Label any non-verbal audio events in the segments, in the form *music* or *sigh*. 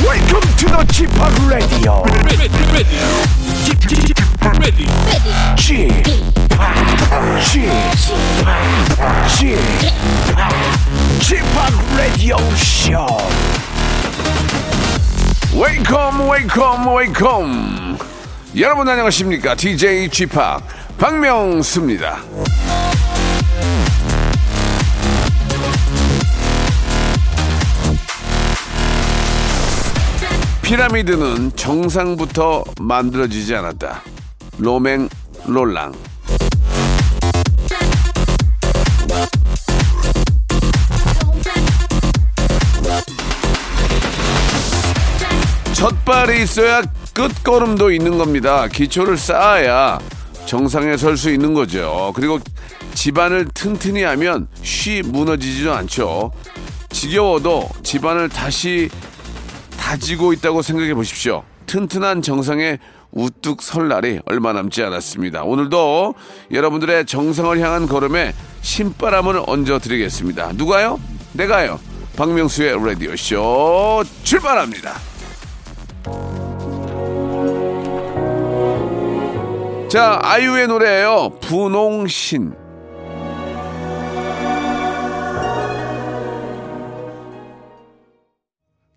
Welcome to the g p o p Radio. ready, ready, ready, ready. g p o p G-POP, G-POP Radio Show. Welcome, welcome, welcome. 여러분 안녕하십니까? DJ G-POP 박명수입니다. 피라미드는 정상부터 만들어지지 않았다. 로맹 롤랑. 첫발이 있어야 끝걸음도 있는 겁니다. 기초를 쌓아야 정상에 설 수 있는 거죠. 그리고 집안을 튼튼히 하면 쉬 무너지지도 않죠. 지겨워도 집안을 다시 다지고 있다고 생각해 보십시오. 튼튼한 정상에 우뚝 설 날이 얼마 남지 않았습니다. 오늘도 여러분들의 정상을 향한 걸음에 신바람을 얹어 드리겠습니다. 누가요? 내가요. 박명수의 라디오쇼 출발합니다. 자, 아이유의 노래예요. 분홍신.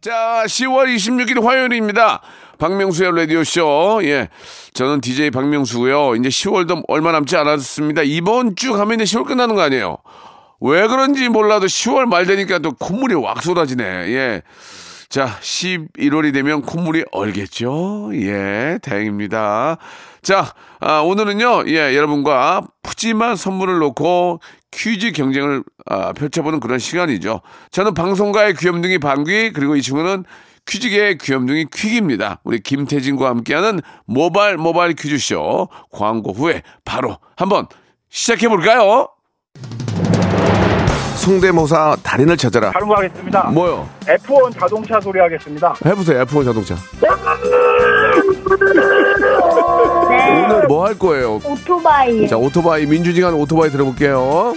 자, 10월 26일 화요일입니다. 박명수의 라디오쇼. 예. 저는 DJ 박명수고요. 이제 10월도 얼마 남지 않았습니다. 이번 주 가면 이제 10월 끝나는 거 아니에요? 왜 그런지 몰라도 10월 말 되니까 또 콧물이 왁 쏟아지네. 예. 자, 11월이 되면 콧물이 얼겠죠? 예, 다행입니다. 자, 아, 오늘은요, 예, 여러분과 푸짐한 선물을 놓고 퀴즈 경쟁을 아, 펼쳐보는 그런 시간이죠. 저는 방송가의 귀염둥이 방귀, 그리고 이 친구는 퀴즈계의 귀염둥이 퀴기입니다. 우리 김태진과 함께하는 모발 모발 퀴즈쇼 광고 후에 바로 한번 시작해볼까요? 성대모사 달인을 찾아라. 다른 거 하겠습니다. 뭐요? F1 자동차 소리 하겠습니다. 해보세요, F1 자동차. 오늘 뭐 할 거예요? 오토바이 자, 오토바이, 민주지간 오토바이 들어볼게요.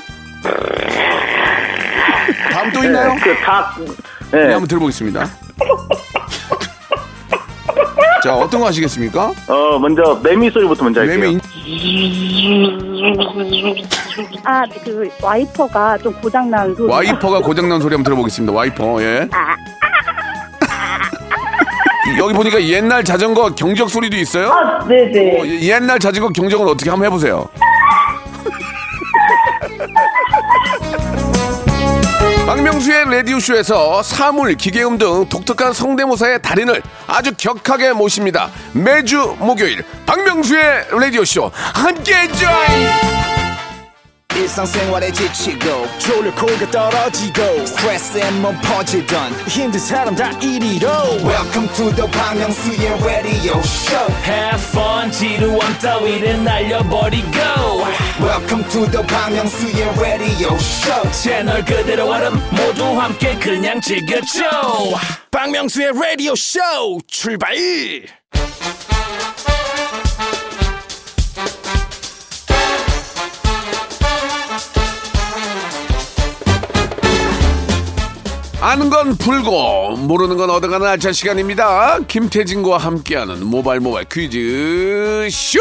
다음 또 있나요? 그다 네, 네. 한번 들어보겠습니다. 자, 어떤 거 하시겠습니까? 어 먼저 매미 소리부터 먼저 할게요. 매미 아 그 와이퍼가 좀 고장난 소리 와이퍼가 고장난 소리 한번 들어보겠습니다. 와이퍼, 예. 아, *laughs* 여기 보니까 옛날 자전거 경적 소리도 있어요? 아 네네 어, 예- 옛날 자전거 경적은 어떻게 한번 *laughs* 해보세요. 박명수의 라디오쇼에서 사물, 기계음 등 독특한 성대모사의 달인을 아주 격하게 모십니다. 매주 목요일 박명수의 라디오쇼 함께해 줘요. 일상생활에 지치고, 졸려 코가 떨어지고, 스트레스에 몸 퍼지던, 힘든 사람 다 이리로. welcome to the Bang Myung-soo's radio show Have fun 지루한 따위를 날려버리고 welcome to the Bang Myung-soo's radio show 채널 그대로 얼음 모두 함께 그냥 즐겨줘 박명수의 radio show 출발 아는 건 풀고 모르는 건 얻어가는 알찬 시간입니다. 김태진과 함께하는 모발 모발 퀴즈 쇼.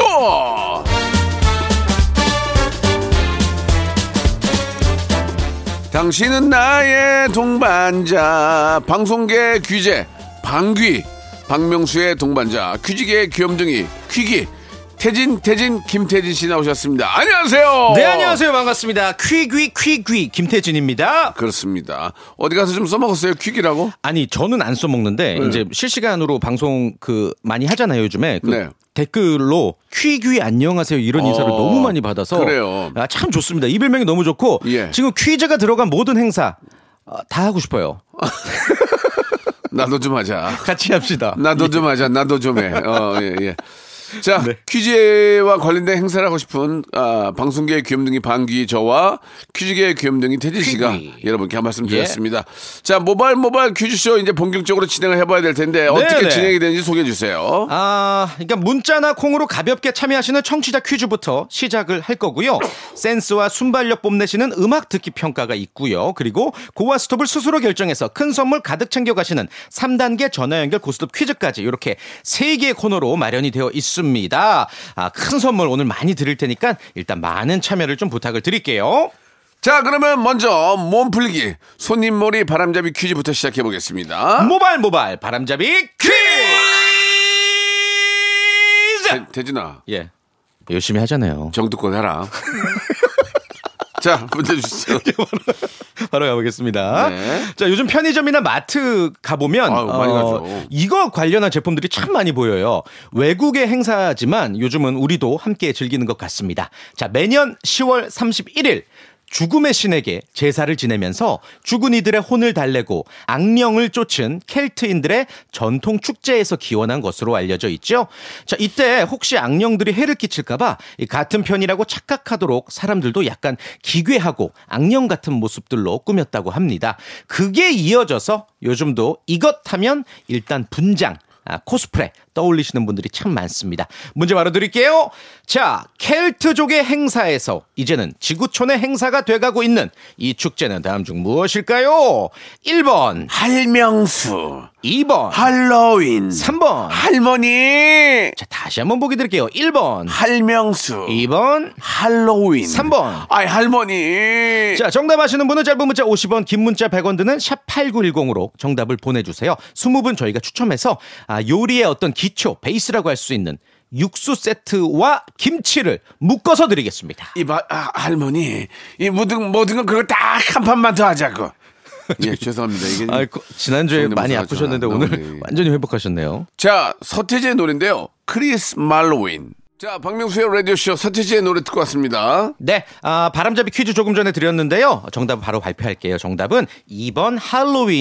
당신은 나의 동반자 방송계 귀재 방귀 박명수의 동반자 퀴즈계의 귀염둥이 퀴기 태진 태진 김태진 씨 나오셨습니다. 안녕하세요. 네, 안녕하세요. 반갑습니다. 퀴귀 퀴귀 김태진입니다. 그렇습니다. 어디 가서 좀 써먹었어요 퀴기라고? 아니, 저는 안 써먹는데 네. 이제 실시간으로 방송 그 많이 하잖아요, 요즘에. 그 네. 댓글로 퀴귀 안녕하세요 이런 인사를 어, 너무 많이 받아서 그래요. 아, 참 좋습니다. 이 별명이 너무 좋고 예. 지금 퀴즈가 들어간 모든 행사 아, 다 하고 싶어요. 나도 좀 하자. 같이 합시다. 네. 나도 좀 하자. 나도 좀 해. 어, 예, 예. 자, 퀴즈와 관련된 행사를 하고 싶은 아, 방송계의 귀염둥이 방귀 저와 퀴즈계의 예. 귀염둥이 태진 씨가 여러분께 한 말씀 드렸습니다. 자, 모발 모발 퀴즈쇼 이제 본격적으로 진행을 해봐야 될 텐데 어떻게 네. 진행이 되는지 소개해 주세요. 아, 그러니까 문자나 콩으로 가볍게 참여하시는 청취자 퀴즈부터 시작을 할 거고요. 센스와 순발력 뽐내시는 음악 듣기 평가가 있고요. 그리고 고와 스톱을 스스로 결정해서 큰 선물 가득 챙겨가시는 3단계 전화 연결 고스톱 퀴즈까지 이렇게 세개의 코너로 마련이 되어 있습니다. 아, 큰 선물 오늘 많이 드릴 테니까 일단 많은 참여를 좀 부탁을 드릴게요. 자, 그러면 먼저 몸풀기 손님몰이 바람잡이 퀴즈부터 시작해 보겠습니다. 모발 모발 바람잡이 퀴즈! 대- 대진아, 예. 열심히 하잖아요. 정두권 해라. *laughs* 자, 문제 주시죠. *laughs* 바로 가보겠습니다. 네. 자, 요즘 편의점이나 마트 가보면 어, 아유, 많이 가죠. 이거 관련한 제품들이 참 많이 보여요. 외국의 행사지만 요즘은 우리도 함께 즐기는 것 같습니다. 자, 매년 10월 31일 죽음의 신에게 제사를 지내면서 죽은 이들의 혼을 달래고 악령을 쫓은 켈트인들의 전통 축제에서 기원한 것으로 알려져 있죠. 자, 이때 혹시 악령들이 해를 끼칠까봐 이 같은 편이라고 착각하도록 사람들도 약간 기괴하고 악령 같은 모습들로 꾸몄다고 합니다. 그게 이어져서 요즘도 이것 하면 일단 분장, 아, 코스프레 떠올리시는 분들이 참 많습니다. 문제 바로 드릴게요. 자, 켈트족의 행사에서 이제는 지구촌의 행사가 돼가고 있는 이 축제는 다음 중 무엇일까요? 1번, 할명수, 2번, 할로윈, 3번. 할머니, 자, 다시 한번 보기 드릴게요. 1번, 할명수, 2번, 할로윈, 3번. 아이 할머니. *laughs* 자, 정답 아시는 분은 짧은 문자 50원, 긴 문자 100원 드는 샵 8910으로 정답을 보내주세요. 20분 저희가 추첨해서 아, 요리의 어떤 기초, 베이스라고 할 수 있는 육수 세트와 김치를 묶어서 드리겠습니다. 이 마, 아, 할머니, 이 모든 모든 건 그걸 딱 한 판만 더 하자고. 예, *laughs* 죄송합니다. 이게 아, 그, 지난주에 좋은데 많이 무슨 아프셨는데 하죠? 오늘 나오네. 완전히 회복하셨네요. 자, 서태지의 노래인데요. 크리스 말로윈. 자, 박명수의 라디오쇼 서태지의 노래 듣고 왔습니다. 네, 아, 바람잡이 퀴즈 조금 전에 드렸는데요. 정답 바로 발표할게요. 정답은 2번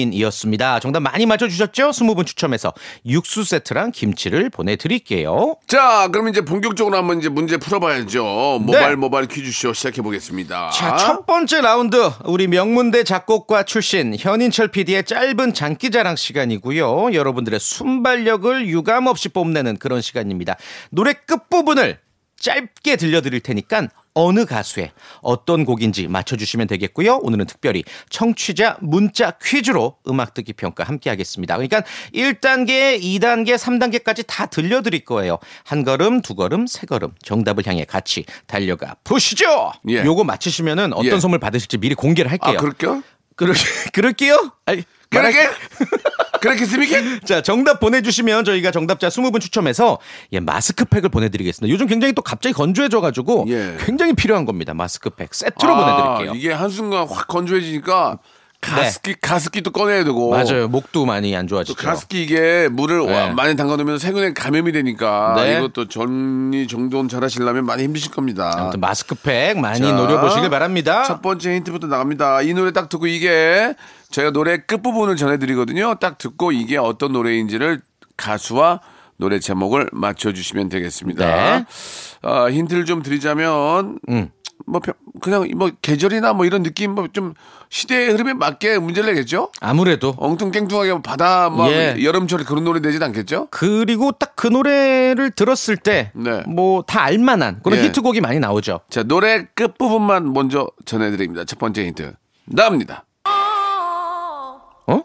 할로윈이었습니다. 정답 많이 맞춰주셨죠? 20분 추첨해서 육수 세트랑 김치를 보내드릴게요. 자, 그럼 이제 본격적으로 한번 이제 문제 풀어봐야죠. 모발 네. 모발 퀴즈쇼 시작해 보겠습니다. 자, 첫 번째 라운드 우리 명문대 작곡과 출신 현인철 PD의 짧은 장기자랑 시간이고요. 여러분들의 순발력을 유감없이 뽐내는 그런 시간입니다. 노래 끝부분을 짧게 들려드릴 테니까 어느 가수의 어떤 곡인지 맞춰주시면 되겠고요. 오늘은 특별히 청취자 문자 퀴즈로 음악 듣기 평가 함께 하겠습니다. 그러니까 1단계, 2단계, 3단계까지 다 들려드릴 거예요. 한 걸음, 두 걸음, 세 걸음 정답을 향해 같이 달려가 보시죠. 예. 요거 맞히시면은 어떤 예. 선물 받으실지 미리 공개를 아, 할게요. 그럴게요? *laughs* 그럴, 그럴게요? 아니, 말할- 그렇게? 그렇겠습니까? *laughs* 자, 정답 보내주시면 저희가 정답자 20분 추첨해서 예, 마스크팩을 보내드리겠습니다. 요즘 굉장히 또 갑자기 건조해져가지고 예. 아, 굉장히 필요한 겁니다. 마스크팩 세트로 보내드릴게요. 네. 이게 한순간 확 건조해지니까 가습기, 가습기도 꺼내야 되고. 맞아요. 목도 많이 안 뭐- 또 좋아지죠. 가습기 이게 물을 네. 와- 많이 담가놓으면 세균에 감염이 되니까 네. 이것도 정리 정돈 잘 하시려면 많이 힘드실 겁니다. 아무튼 마스크팩 많이 자, 노려보시길 바랍니다. 첫 번째 힌트부터 나갑니다. 이 노래 딱 듣고 이게 저희가 노래 끝부분을 전해드리거든요. 딱 듣고 이게 어떤 노래인지를 가수와 노래 제목을 맞춰주시면 되겠습니다. 네. 음. 아, 힌트를 좀 드리자면, 뭐, 평- 그냥 뭐 계절이나 뭐 이런 느낌, 뭐 좀 시대의 흐름에 맞게 문제를 내겠죠? 아무래도 어. 엉뚱깽뚱하게 뭐 바다 막 예. 여름철에 그런 노래 내진 않겠죠? 그리고 딱 그 노래를 들었을 때 네. 뭐 다 알만한 그런 예. 히트곡이 많이 나오죠. 자 노래 끝 부분만 먼저 전해드립니다. 첫 번째 힌트 나옵니다. 어?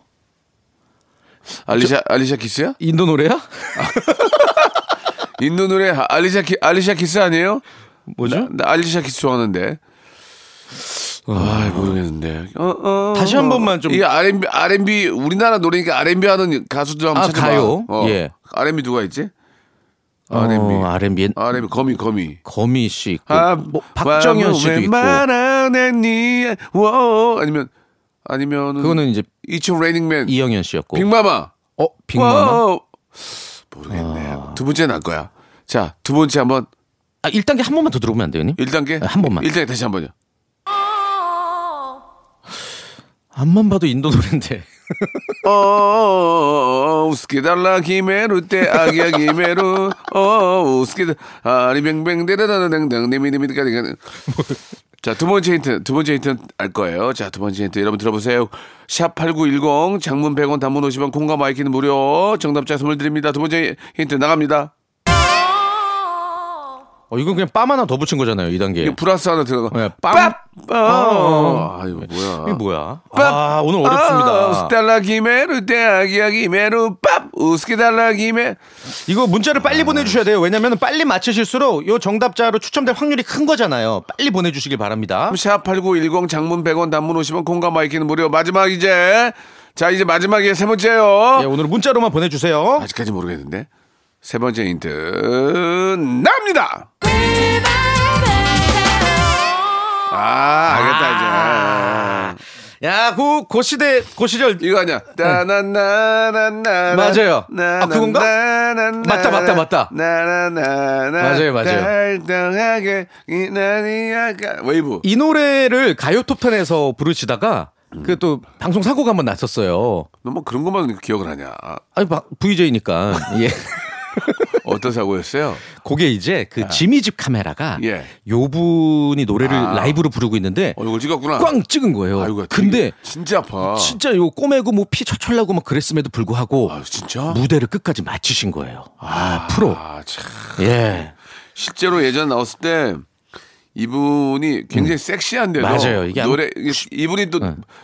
알리샤 알리샤 키스야? 인도 노래야? *laughs* 인도 노래 아- 알리샤 키 알리샤 키스 아니에요? 뭐죠? 나 알리샤 키스 좋아하는데. 아, 모르겠는데. 어, 어, 다시 한 번만 좀- 이게 R&B, R&B 우리나라 노래니까 R&B 하는 가수들 한번 아, 찾아봐. 가요? 어. 예. R&B 누가 있지? R&B. 어, R&B. R&B 거미 거미. 거미 씨 있고 아, 뭐 박정현 씨도 있고 말안했니? 워 아니면 아니면 그거는 이제 이천 레이닝맨 이영현 씨였고 빅마마. 어 빅마마 와우. 모르겠네. 두 번째 날 거야. 자, 두 번째 한번 아 1단계 한 번만 더 들어보면 안 돼요, 님? 1단계? 아, 한 번만. 1단계 다시 한 번요. 앞만 봐도 인도 노래인데 *laughs* 어, 우스키달라 김에루 때 아기야 김에루 어, 우스키달 아리뱅뱅 데라다다당당 니미니미까지 자, 두 번째 힌트, 두 번째 힌트는 알 거예요. 자, 두 번째 힌트 여러분 들어보세요. 샵 8910 장문 100원 단문 50원 공감 마이키는 무료 정답자 선물 드립니다. 두 번째 힌트 나갑니다. 어, 이건 그냥 빰 하나 더 붙인 거잖아요, 이 단계. 이거 플러스 하나 들어가. 네, 빰! 어, 어. 아유, 뭐야. 이게 뭐야? 빰! 아, 오늘 아, 어렵습니다. 우스달라 김에루 때 아기야 김에루 빰! 우스키달라 김에 이거 문자를 아. 빨리 보내주셔야 돼요. 왜냐면 빨리 맞히실수록 요 정답자로 추첨될 확률이 큰 거잖아요. 빨리 보내주시길 바랍니다. 샵8910 장문 100원 단문 50원 공감 마이키는 무료 마지막 이제 자 이제 마지막에 세 번째요 예, 오늘 문자로만 보내주세요. 아직까지 모르겠는데 세 번째 힌트 납니다 아 아. 알겠다 이제 야, 그, 그 시대, 그 시절. 이거 아니야 따나나나나 맞아요. 아, 그건가? 맞다, 맞다, 맞다. 나나나나 맞아요, 맞아요. 달달하게 이나니아가 웨이브 이 노래를 가요 톱텐에서 부르시다가 그 또 방송 사고가 한 번 났었어요. 너 뭐 그런 것만 기억을 하냐 아니, 바- VJ니까. *laughs* 예. 어떤 사고였어요? 그게 이제 그 지미집 카메라가 아. 예. 요 분이 노래를 아. 라이브로 부르고 있는데 얼굴 어, 찍었구나. 꽝 찍은 거예요. 아이고, 근데 되게 진짜 아파. 진짜 요 꼬매고 뭐 피 초철 나고 막 그랬음에도 불구하고 아, 진짜? 무대를 끝까지 마치신 거예요. 아, 프로. 아, 참. 예. 실제로 예전 나왔을 때 이분이 굉장히 섹시한데도 음. 맞아요. 이게 안- 노래 이게 이분이 또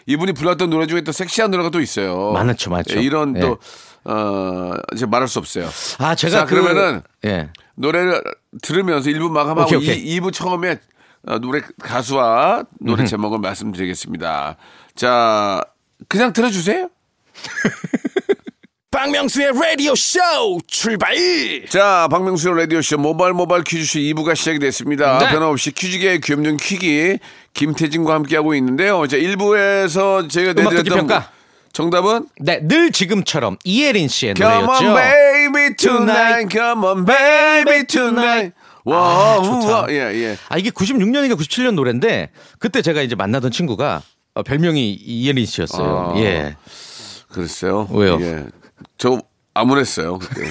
이분이 불렀던 노래 중에 또 섹시한 노래가 또 있어요. 많았죠, 많았죠. 예, 이런 예. 또 어, 이제 말할 수 없어요. 아, 제가 자, 그, 그러면은 예. 노래를 들으면서 1부 마감하고 오케이, 오케이. 2, 부 처음에 어, 노래 가수와 노래 제목을 말씀드리겠습니다. 자, 그냥 들어주세요. *laughs* 박명수의 라디오 쇼 출발 자, 박명수의 라디오쇼 모바일 모바일 퀴즈쇼 2부가 시작이 됐습니다. 네. 변함없이 퀴즈계의 귀염둥이 퀴기 김태진과 함께하고 있는데요. 자, 1부에서 제가 음악 듣기 내드렸던 평가. 정답은 네, 늘 지금처럼 이혜린 씨의 Come on 노래였죠. baby tonight, come on baby tonight. 와, 아, 좋다. 우와, 예, 예. 아, 이게 96년인가 97년 노래인데 그때 제가 이제 만나던 친구가 어, 별명이 이혜린 씨였어요. 아. *laughs* 예. 그랬어요. 왜요? 예. 저 암울했어요. 그때. 예. *laughs*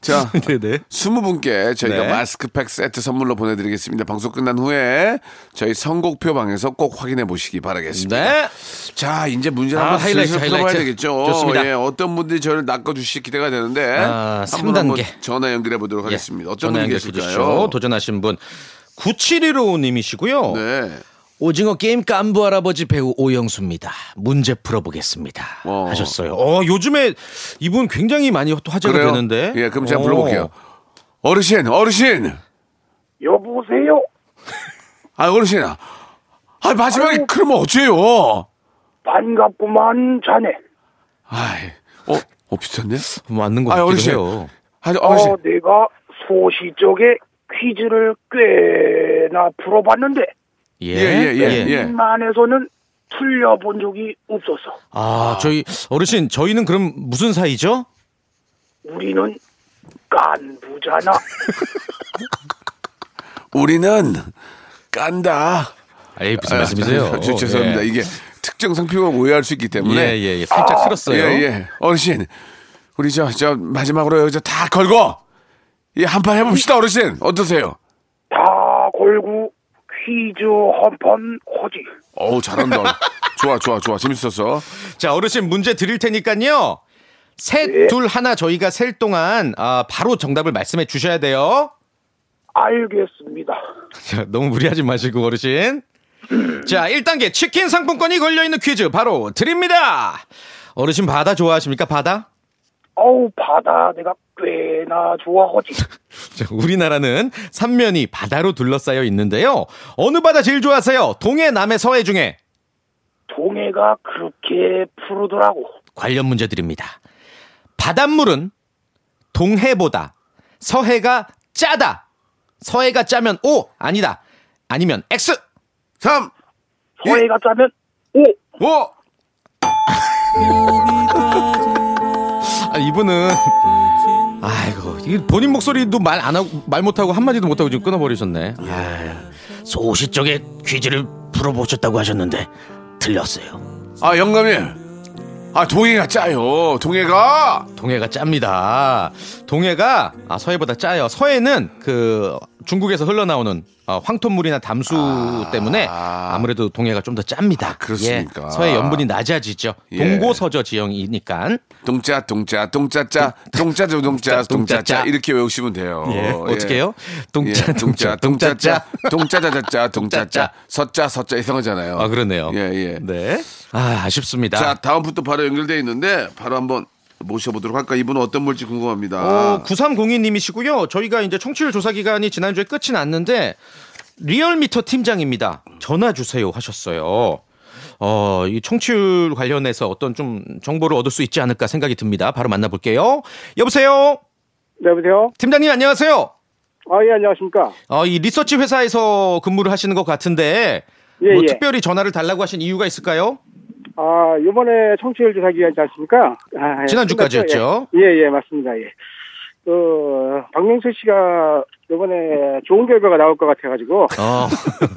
자, 네네. 20분께 저희가 네. 마스크팩 세트 선물로 보내드리겠습니다. 방송 끝난 후에 저희 선곡표 방에서 꼭 확인해 보시기 바라겠습니다. 네. 자, 이제 문제 아, 한번 하이라이트, 슬슬 풀어봐야 하이라이트. 되겠죠. 좋습니다. 예, 어떤 분들이 저를 낚아주실지 기대가 되는데 아, 한번 삼 한번 단계. 전화 연결해 보도록 예, 하겠습니다. 어떤 전화 분이 연결 계실까요? 주십시오. 도전하신 분. 9715님이시고요. 네. 오징어 게임 깐부 할아버지 배우 오영수입니다. 문제 풀어보겠습니다. 어. 하셨어요. 어, 요즘에 이분 굉장히 많이 또 화제가 그래요? 되는데. 예, 그럼 제가 어. 불러볼게요. 어르신, 어르신. 여보세요? 아, 어르신. 아, 마지막에 그러면 어째요? 반갑구만, 자네. 아이, 어, 어, 비슷한데? 뭐 맞는 것 아, 같기도 어르신. 해요. 아, 어, 어르신. 내가 소시 쪽에 퀴즈를 꽤나 풀어봤는데, 예, 예, 예, 예, 예. 인만에서는 틀려본 적이 없어서, 아, 저희 어르신 저희는 그럼 무슨 사이죠? 우리는 깐부잖아. 우리는 깐다. 에이 무슨 아, 말씀이세요? 저- 저- *laughs* 죄송합니다. 예. 이게 특정 상표가 오해할 수 있기 때문에. 예, 예, 예. 살짝 틀었어요. 예, 예. 어르신, 우리 저, 저 마지막으로 여기서 다 걸고 이 한판 해봅시다, 어르신. 어떠세요? 다 걸고 아, 퀴즈 한판 하지. 어우, 잘한다. 좋아, 좋아, 좋아. 재밌었어. 자, 어르신 문제 드릴 테니까요. 셋, 둘, 하나 저희가 셀 동안 아, 바로 정답을 말씀해 주셔야 돼요. *laughs* 알겠습니다. 자, 너무 무리하지 마시고 어르신. 자, 1단계 치킨 상품권이 걸려 있는 퀴즈 바로 드립니다. 어르신 바다 좋아하십니까? 바다? 어우, 바다 내가 꽤나 좋아하지. 자, 우리나라는 삼면이 바다로 둘러싸여 있는데요. 어느 바다 제일 좋아하세요? 동해, 남해, 서해 중에 동해가 그렇게 푸르더라고. 관련 문제 드립니다. 바닷물은 동해보다 서해가 짜다. 서해가 짜면 O 아니다. 아니면 X. 3, 서해가 짜면 오 5, 아, 이분은 아이고 이 본인 목소리도 말 안 하고 말 못하고 한마디도 못하고 지금 끊어버리셨네. 소시 쪽에 퀴즈를 풀어보셨다고 하셨는데 틀렸어요 아 영감님 아 동해가 짜요 동해가 동해가 짭니다. 동해가 아, 서해보다 짜요. 서해는 그 중국에서 흘러나오는 어, 황토물이나 담수 때문에 아무래도 동해가 좀 더 짭니다. 아. 그렇습니까? 예, 서해 연분이 낮아지죠. 예. 동고서저 지형이니까. 동자 동자 동자짜 동자죠 동자 동자짜 동자짜. 이렇게 외우시면 돼요 예. 어떻게 예. 해요? 동자 예, 동자 동자짜 동자짜. 동자자자자 동자짜 짜짜. 서자 서자 이상하잖아요 아 그러네요. 예 예. 네. 아 아쉽습니다. 자 다음 부터 바로 연결돼 있는데 바로 한번 모셔보도록 할까 이분은 어떤 분일지 궁금합니다 아. 어, 9302님이시고요. 저희가 이제 청취율 조사 기간이 지난주에 끝이 났는데 리얼미터 팀장입니다. 전화 주세요 하셨어요. 어, 이 청취율 관련해서 어떤 좀 정보를 얻을 수 있지 않을까 생각이 듭니다. 바로 만나볼게요. 여보세요? 네, 여보세요? 팀장님 안녕하세요. 아, 예, 안녕하십니까? 어, 이 리서치 회사에서 근무를 하시는 것 같은데 예, 뭐 예. 특별히 전화를 달라고 하신 이유가 있을까요? 아, 요번에 청취율 조사 기간이지 않습니까? 아, 예. 지난주까지였죠. 예, 예, 맞습니다. 예. 그, 박명수 씨가 요번에 좋은 결과가 나올 것 *laughs* 같아가지고 *laughs* 어.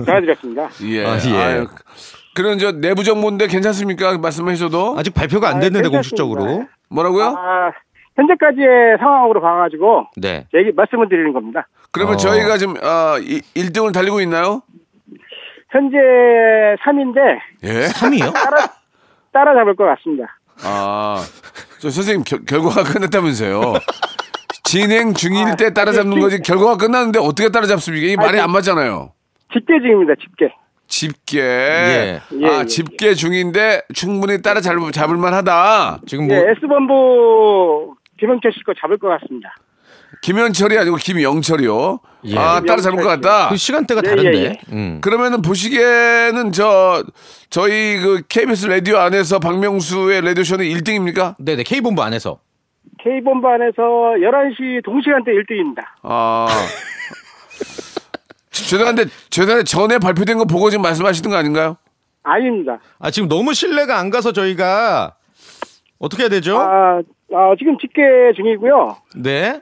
전화드렸습니다. 예, 아, 예. 아유, 그런 저 내부 정보인데 괜찮습니까 말씀해 주셔도 아직 발표가 안 아, 됐는데 괜찮습니다. 공식적으로. 뭐라고요 아, 현재까지의 상황으로 봐가지고 네. 얘기, 말씀을 드리는 겁니다. 그러면 어. 저희가 지금 아, 이, 1등을 달리고 있나요 현재 3인데 예 3위요? *laughs* 따라잡을 것 같습니다. 아, 저 선생님 겨- 결과가 끝났다면서요. 진행 중일 때 따라잡는 거지 결과가 끝났는데 어떻게 따라잡습니까? 이게 말이 안 맞잖아요. 집계 중입니다, 집계. 집계. 예, 아, 예, 집계 중인데 충분히 따라잡을 잡을 만하다. 지금 예, 뭐 S본부 김영철 씨거 잡을 것 같습니다. 김현철이 아니고 김영철이요. 예. 아, 따라잡을 것 같다. 그 시간대가 예, 다른데. 예, 예. 음. 그러면은 보시기에는 저 저희 그 KBS 라디오 안에서 박명수의 라디오 쇼는 1등입니까? 네네 K본부 안에서 K본부 안에서 11시 동시간대 1등입니다. 아. *laughs* 죄송한데 죄송한데 전에 발표된 거 보고 지금 말씀하시는 거 아닌가요? 아닙니다. 아 지금 너무 신뢰가 안 가서 저희가 어떻게 해야 되죠? 아, 아, 지금 집계 중이고요. 네.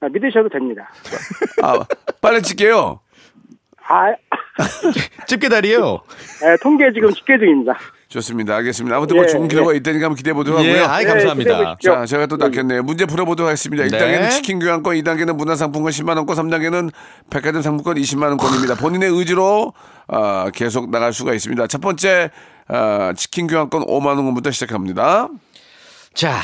아, 믿으셔도 됩니다. 아, 빨리 찍게요. 아, 집게다리요. 예, 통계 지금 집계 중입니다. 좋습니다. 알겠습니다. 아무튼 뭐 예, 좋은 기회가 있다니까 한번 기대해 보도록 하고요. 네, 예, 아이 감사합니다. 기대해보십시오. 자, 제가 또 낚였네요. 문제 풀어보도록 하겠습니다. 네. 1단계는 치킨 교환권, 2단계는 문화상품권 10만원권, 3단계는 백화점 상품권 20만원권입니다. 본인의 의지로 아, 계속 나갈 수가 있습니다. 첫 번째 아, 치킨 교환권 5만원권부터 시작합니다. 자,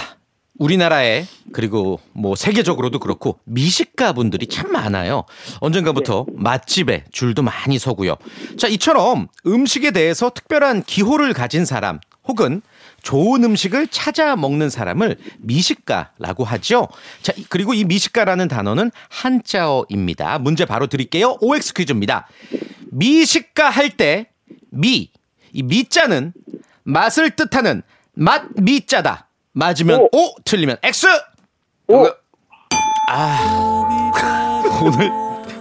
우리나라에 그리고 뭐 세계적으로도 그렇고 미식가 분들이 참 많아요. 언젠가부터 맛집에 줄도 많이 서고요. 자, 이처럼 음식에 대해서 특별한 기호를 가진 사람 혹은 좋은 음식을 찾아 먹는 사람을 미식가라고 하죠. 자, 이- 그리고 이 미식가라는 단어는 한자어입니다. 문제 바로 드릴게요. OX 퀴즈입니다. 미식가 할 때 미, 이 미자는 맛을 뜻하는 맛미자다. 맞으면 오. 틀리면 X. 오! 아. *laughs* 오늘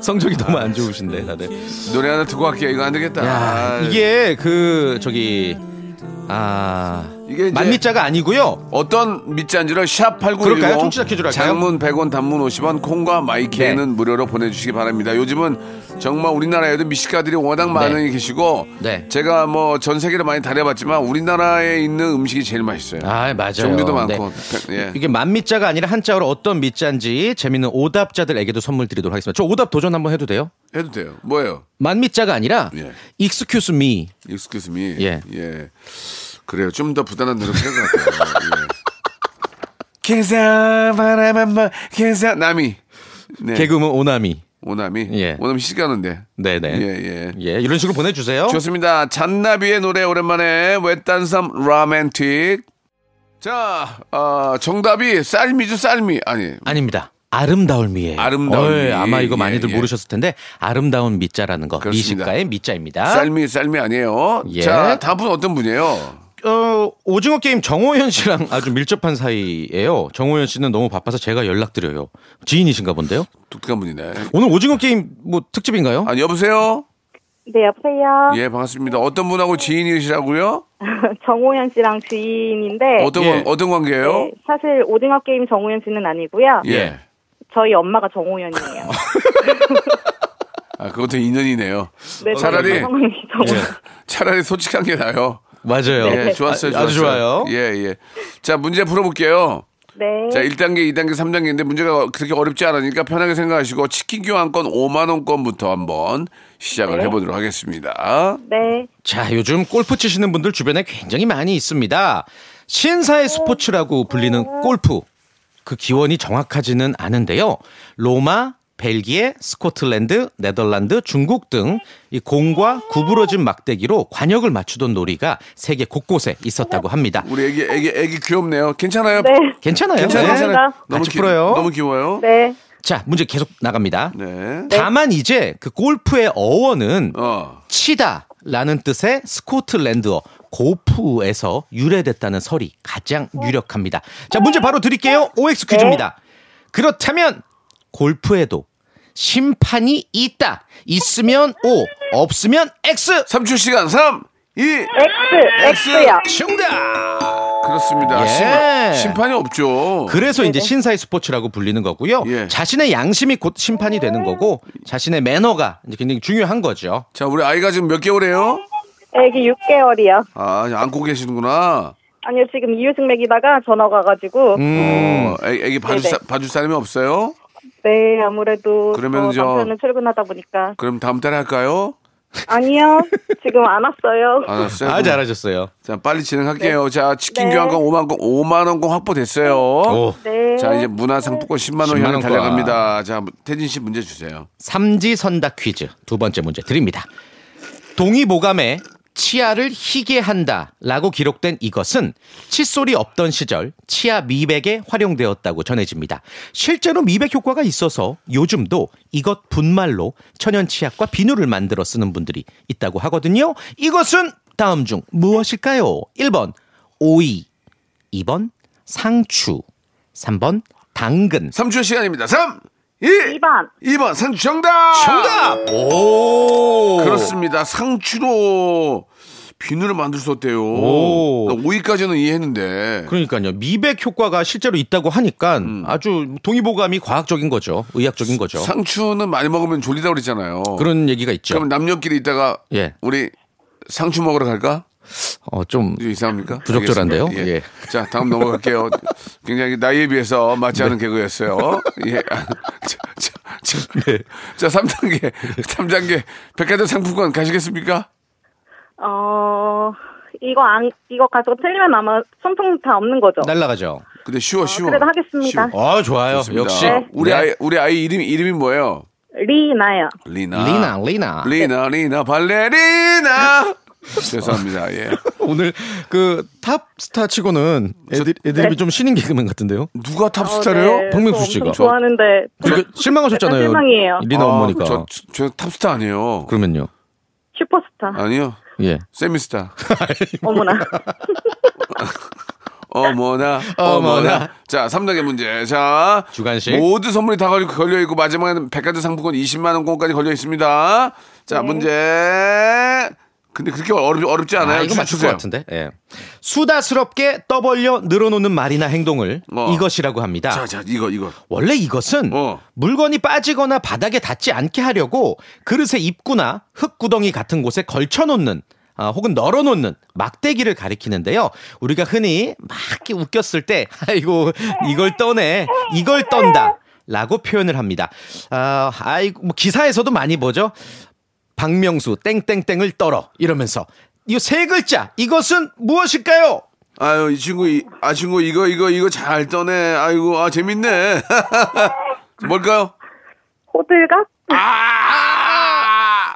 성적이 너무 안 좋으신데 다들. 노래 하나 듣고 갈게요. 이거 안 되겠다. 야, 아, 이게 그 저기 아 이게 이제- 맛미자가 아니고요. 어떤 밑잔지를 샵8910 그럴까요? 청취자 퀴즈로 할까요? 장문 100원 단문 50원 콩과 마이케는 네. 무료로 보내주시기 바랍니다 요즘은 정말 우리나라에도 미식가들이 워낙 많이 계시고 네. 제가 뭐 전 세계를 많이 다녀봤지만 우리나라에 있는 음식이 제일 맛있어요 아 맞아요. 종류도 많고 예. 이게 맛미자가 아니라 한자어로 어떤 미자인지 재밌는 오답자들에게도 선물 드리도록 하겠습니다. 저 오답 도전 한번 해도 돼요? 해도 돼요 뭐예요? 맛미자가 아니라 예. excuse me. Excuse me 예. 예. 그래요 좀 더 부단한 노력 필요할 것 같아요 예. 계산 바라만 봐 계산 남이 네. 개그맨 오나미. 오남이 예. 오남이 시가는데 네네. 예, 예. 예, 이런 식으로 보내주세요. 좋습니다. 잔나비의 노래 오랜만에 외딴섬 라멘틱. 자, 어, 정답이 쌀미죠, 쌀미. 아니, 아닙니다. 아름다운 미예요. 아름다운 미. 아마 이거 많이들 예, 예. 모르셨을 텐데 아름다운 미자라는 거 그렇습니다. 미식가의 미자입니다. 쌀미, 쌀미 아니에요. 아? 예. 자, 다음 분 어떤 분이에요? 어, 오징어 게임 정호연 씨랑 아주 밀접한 사이예요. 정호연 씨는 너무 바빠서 제가 연락드려요. 지인이신가 본데요. 독특한 분이네. 오늘 오징어 게임 뭐 특집인가요? 아니, 여보세요? 네, 여보세요. 예, 반갑습니다. 어떤 분하고 지인이시라고요? *laughs* 정호연 씨랑 지인인데 어떤, 예. 관- 어떤 관계예요? 네, 사실 오징어 게임 정호연 씨는 아니고요. 예. 저희 엄마가 정호연이에요. 아, 그것도 인연이네요. 네, 저희 차라리- 아, 예. 상황이 *laughs* 정호연. 차라리 솔직한 게 나아요. 맞아요. 예, 좋았어요. 아, 아주 좋았어요. 좋아요. 예, 예. 자, 문제 풀어볼게요. 네. 자, 1단계, 2단계, 3단계인데 문제가 그렇게 어렵지 않으니까 편하게 생각하시고 치킨 교환권 5만 원권부터 한번 시작을 해보도록 하겠습니다. 네. 자, 요즘 골프 치시는 분들 주변에 굉장히 많이 있습니다. 신사의 스포츠라고 불리는 골프. 그 기원이 정확하지는 않은데요. 로마, 벨기에, 스코틀랜드, 네덜란드, 중국 등 이 공과 구부러진 막대기로 관역을 맞추던 놀이가 세계 곳곳에 있었다고 합니다. 우리 애기, 애기, 애기 귀엽네요. 괜찮아요? 네. 괜찮아요. 괜찮아요. 네. 괜찮아요. 너무 같이 귀, 풀어요. 너무 귀여워요. 네. 자, 문제 계속 나갑니다. 네. 다만 이제 그 골프의 어원은 어. 치다라는 뜻의 스코틀랜드어 고프에서 유래됐다는 설이 가장 유력합니다. 자, 문제 바로 드릴게요. OX 퀴즈입니다. 그렇다면 골프에도 심판이 있다. 있으면 O, 없으면 X. 3초 시간 3, 2, X, X요. 정답. 그렇습니다. 예. 심, 판이 없죠. 그래서 이제 신사의 스포츠라고 불리는 거고요. 예. 자신의 양심이 곧 심판이 되는 거고 자신의 매너가 이제 굉장히 중요한 거죠. 자, 우리 아이가 지금 몇 개월이에요? 애기 6개월이요. 아, 안고 계시는구나. 아니요, 지금 이유식 맥이다가 전화가 가지고 음. 어, 애, 애기 봐줄, 네네. 사, 봐줄 사람이 없어요? 네, 아무래도 그러면은 어, 저- 남편은 출근하다 보니까 그럼 다음 달에 할까요? 아니요, 지금 안 *laughs* 왔어요. 안 왔어요? 아, 잘하셨어요. 자, 빨리 진행할게요. 자, 치킨 네. 교환권 5만 원, 5만 원권 확보됐어요. 오. 네. 자, 이제 문화상품권 10만 원 10만 향해 원권. 달려갑니다. 자, 태진 씨 문제 주세요. 삼지선다 퀴즈 두 번째 문제 드립니다. 동의보감에 치아를 희게 한다라고 기록된 이것은 칫솔이 없던 시절 치아 미백에 활용되었다고 전해집니다. 실제로 미백 효과가 있어서 요즘도 이것 분말로 천연 치약과 비누를 만들어 쓰는 분들이 있다고 하거든요. 이것은 다음 중 무엇일까요? 1번 오이, 2번 상추, 3번 당근. 3초 시간입니다. 3, 2, 2번. 2번 상추 정답! 정답! 오! 그렇습니다. 상추로 비누를 만들 수 없대요. 오. 그렇죠. 나 오이까지는 이해했는데. 네. 그러니까요. 미백 효과가 실제로 있다고 하니까 음. 아주 동의보감이 과학적인 거죠. 의학적인 거죠. 상추는 많이 먹으면 졸리다고 그랬잖아요. 그런 얘기가 있죠. 그럼 남녀끼리 있다가 예. 우리 상추 먹으러 갈까? 어, 좀 이거 이상합니까? *laughs* 부적절한데요? 알겠습니다. 예. 자, 다음 넘어갈게요. 굉장히 나이에 비해서 맞지 네. 않은 개그였어요. *laughs* 예. 자, 자, 자, 네. 자, 3단계. 3단계. 백화점 상품권 가시겠습니까? 어, 이거 안, 이거 가지고 틀리면 아마 손통 다 없는 거죠. 아, 날라가죠. 근데 쉬워, 쉬워. 어, 그래도 하겠습니다. 쉬워. 아, 좋아요. 좋습니다. 역시 우리 네. 아이, 우리 아이 이름이, 이름이 뭐예요? 리나요. 리나. 리나, 리나. 아. 리나, 리나, *laughs* 발레리나. 죄송합니다. 어. 예. 오늘 그 탑스타 치고는 애들, 네. 애들이 좀 신인 개그맨 같은데요. 누가 탑스타래요? 어, 네. 박명수 저 씨가. 엄청 좋아하는데. 그러니까 실망하셨잖아요. 약간 네, 실망이에요. 리나 아, 어머니가. 저, 저, 저 탑스타 아니에요. 그러면요. 슈퍼스타. 아니요. 예. 예. 세미스타. 어머나. *laughs* 어머나, 어머나. 어머나. 자, 3단계 문제. 자, 주관식. 모든 선물이 다 걸려, 걸려 있고 마지막에는 백화점 상품권 20만 원권까지 걸려 있습니다. 자, 문제. 근데 그렇게 어렵, 어렵지 않아요. 네, 아, 이거 맞출 것 주세요. 같은데. 예. 수다스럽게 떠벌려 늘어놓는 말이나 행동을 어. 이것이라고 합니다. 자, 자, 이거 이거. 원래 이것은 어. 물건이 빠지거나 바닥에 닿지 않게 하려고 그릇에 입구나 흙구덩이 같은 곳에 걸쳐놓는 아, 혹은 널어놓는 막대기를 가리키는데요. 우리가 흔히 막 이렇게 웃겼을 때 *laughs* 아이고 이걸 떠네 이걸 떤다 라고 표현을 합니다. 아, 아이고 뭐 기사에서도 많이 보죠. 박명수 땡땡땡을 떨어 이러면서 이 세 글자 이것은 무엇일까요? 아유, 이 친구 이, 아 친구 이거 이거 이거 잘 떠네. 아이고, 아 재밌네. 뭘까요? 호들갑? 아!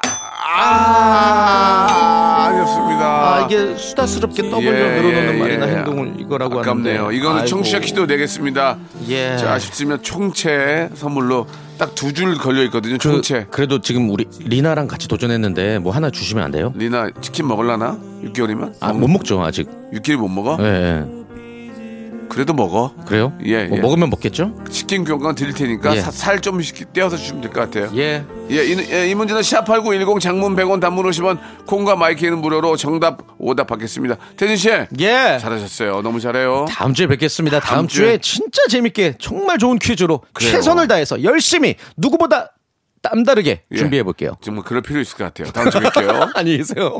아! 아니었습니다. 아, 이게 수다스럽게 예, 떠벌려 늘어놓는 예, 말이나 예. 행동을 이거라고 아깝네요. 하는데 이거는 아이고. 청취자 키도 내겠습니다. 예. 자, 아쉽지만 총체 선물로 딱 두 줄 걸려 있거든요. 그, 총체. 그래도 지금 우리 리나랑 같이 도전했는데 뭐 하나 주시면 안 돼요? 리나 치킨 먹을라나? 6개월이면? 아, 못 먹죠 아직. 6개월 못 먹어? 예, 예. 그래도 먹어. 그래요? 예, 뭐 예. 먹으면 먹겠죠? 치킨 교환권 드릴 테니까 예. 살 좀 떼어서 주시면 될 것 같아요. 예. 예, 이, 예, 이 문제는 샵8910 장문 100원 단문 50원 콩과 마이키는 무료로 정답 오답 받겠습니다. 태진 씨. 예. 잘하셨어요. 너무 잘해요. 다음 주에 뵙겠습니다. 다음, 다음 주에. 주에 진짜 재밌게 정말 좋은 퀴즈로 그래요. 최선을 다해서 열심히 누구보다 땀다르게 예. 준비해 볼게요. *laughs* 정말 그럴 필요 있을 것 같아요. 다음 주에 뵐게요. 안녕히 계세요.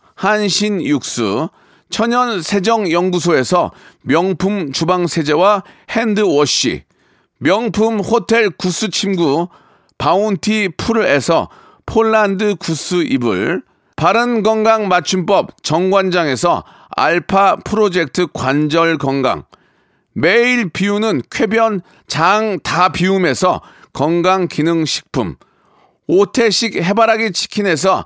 한신 육수, 천연 세정 연구소에서 명품 주방 세제와 핸드워시, 명품 호텔 구스 침구, 바운티 풀에서 폴란드 구스 이불, 바른 건강 맞춤법 정관장에서 알파 프로젝트 관절 건강, 매일 비우는 쾌변 장 다 비움에서 건강 기능 식품, 오태식 해바라기 치킨에서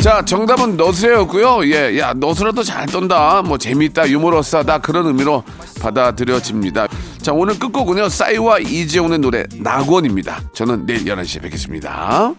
자, 정답은 너스였고요. 예, 야, 너스라도 잘 떤다. 뭐 재밌다, 유머러스하다 그런 의미로 받아들여집니다. 자, 오늘 끝곡은요. 싸이와 이재용의 노래 낙원입니다. 저는 내일 11시에 뵙겠습니다.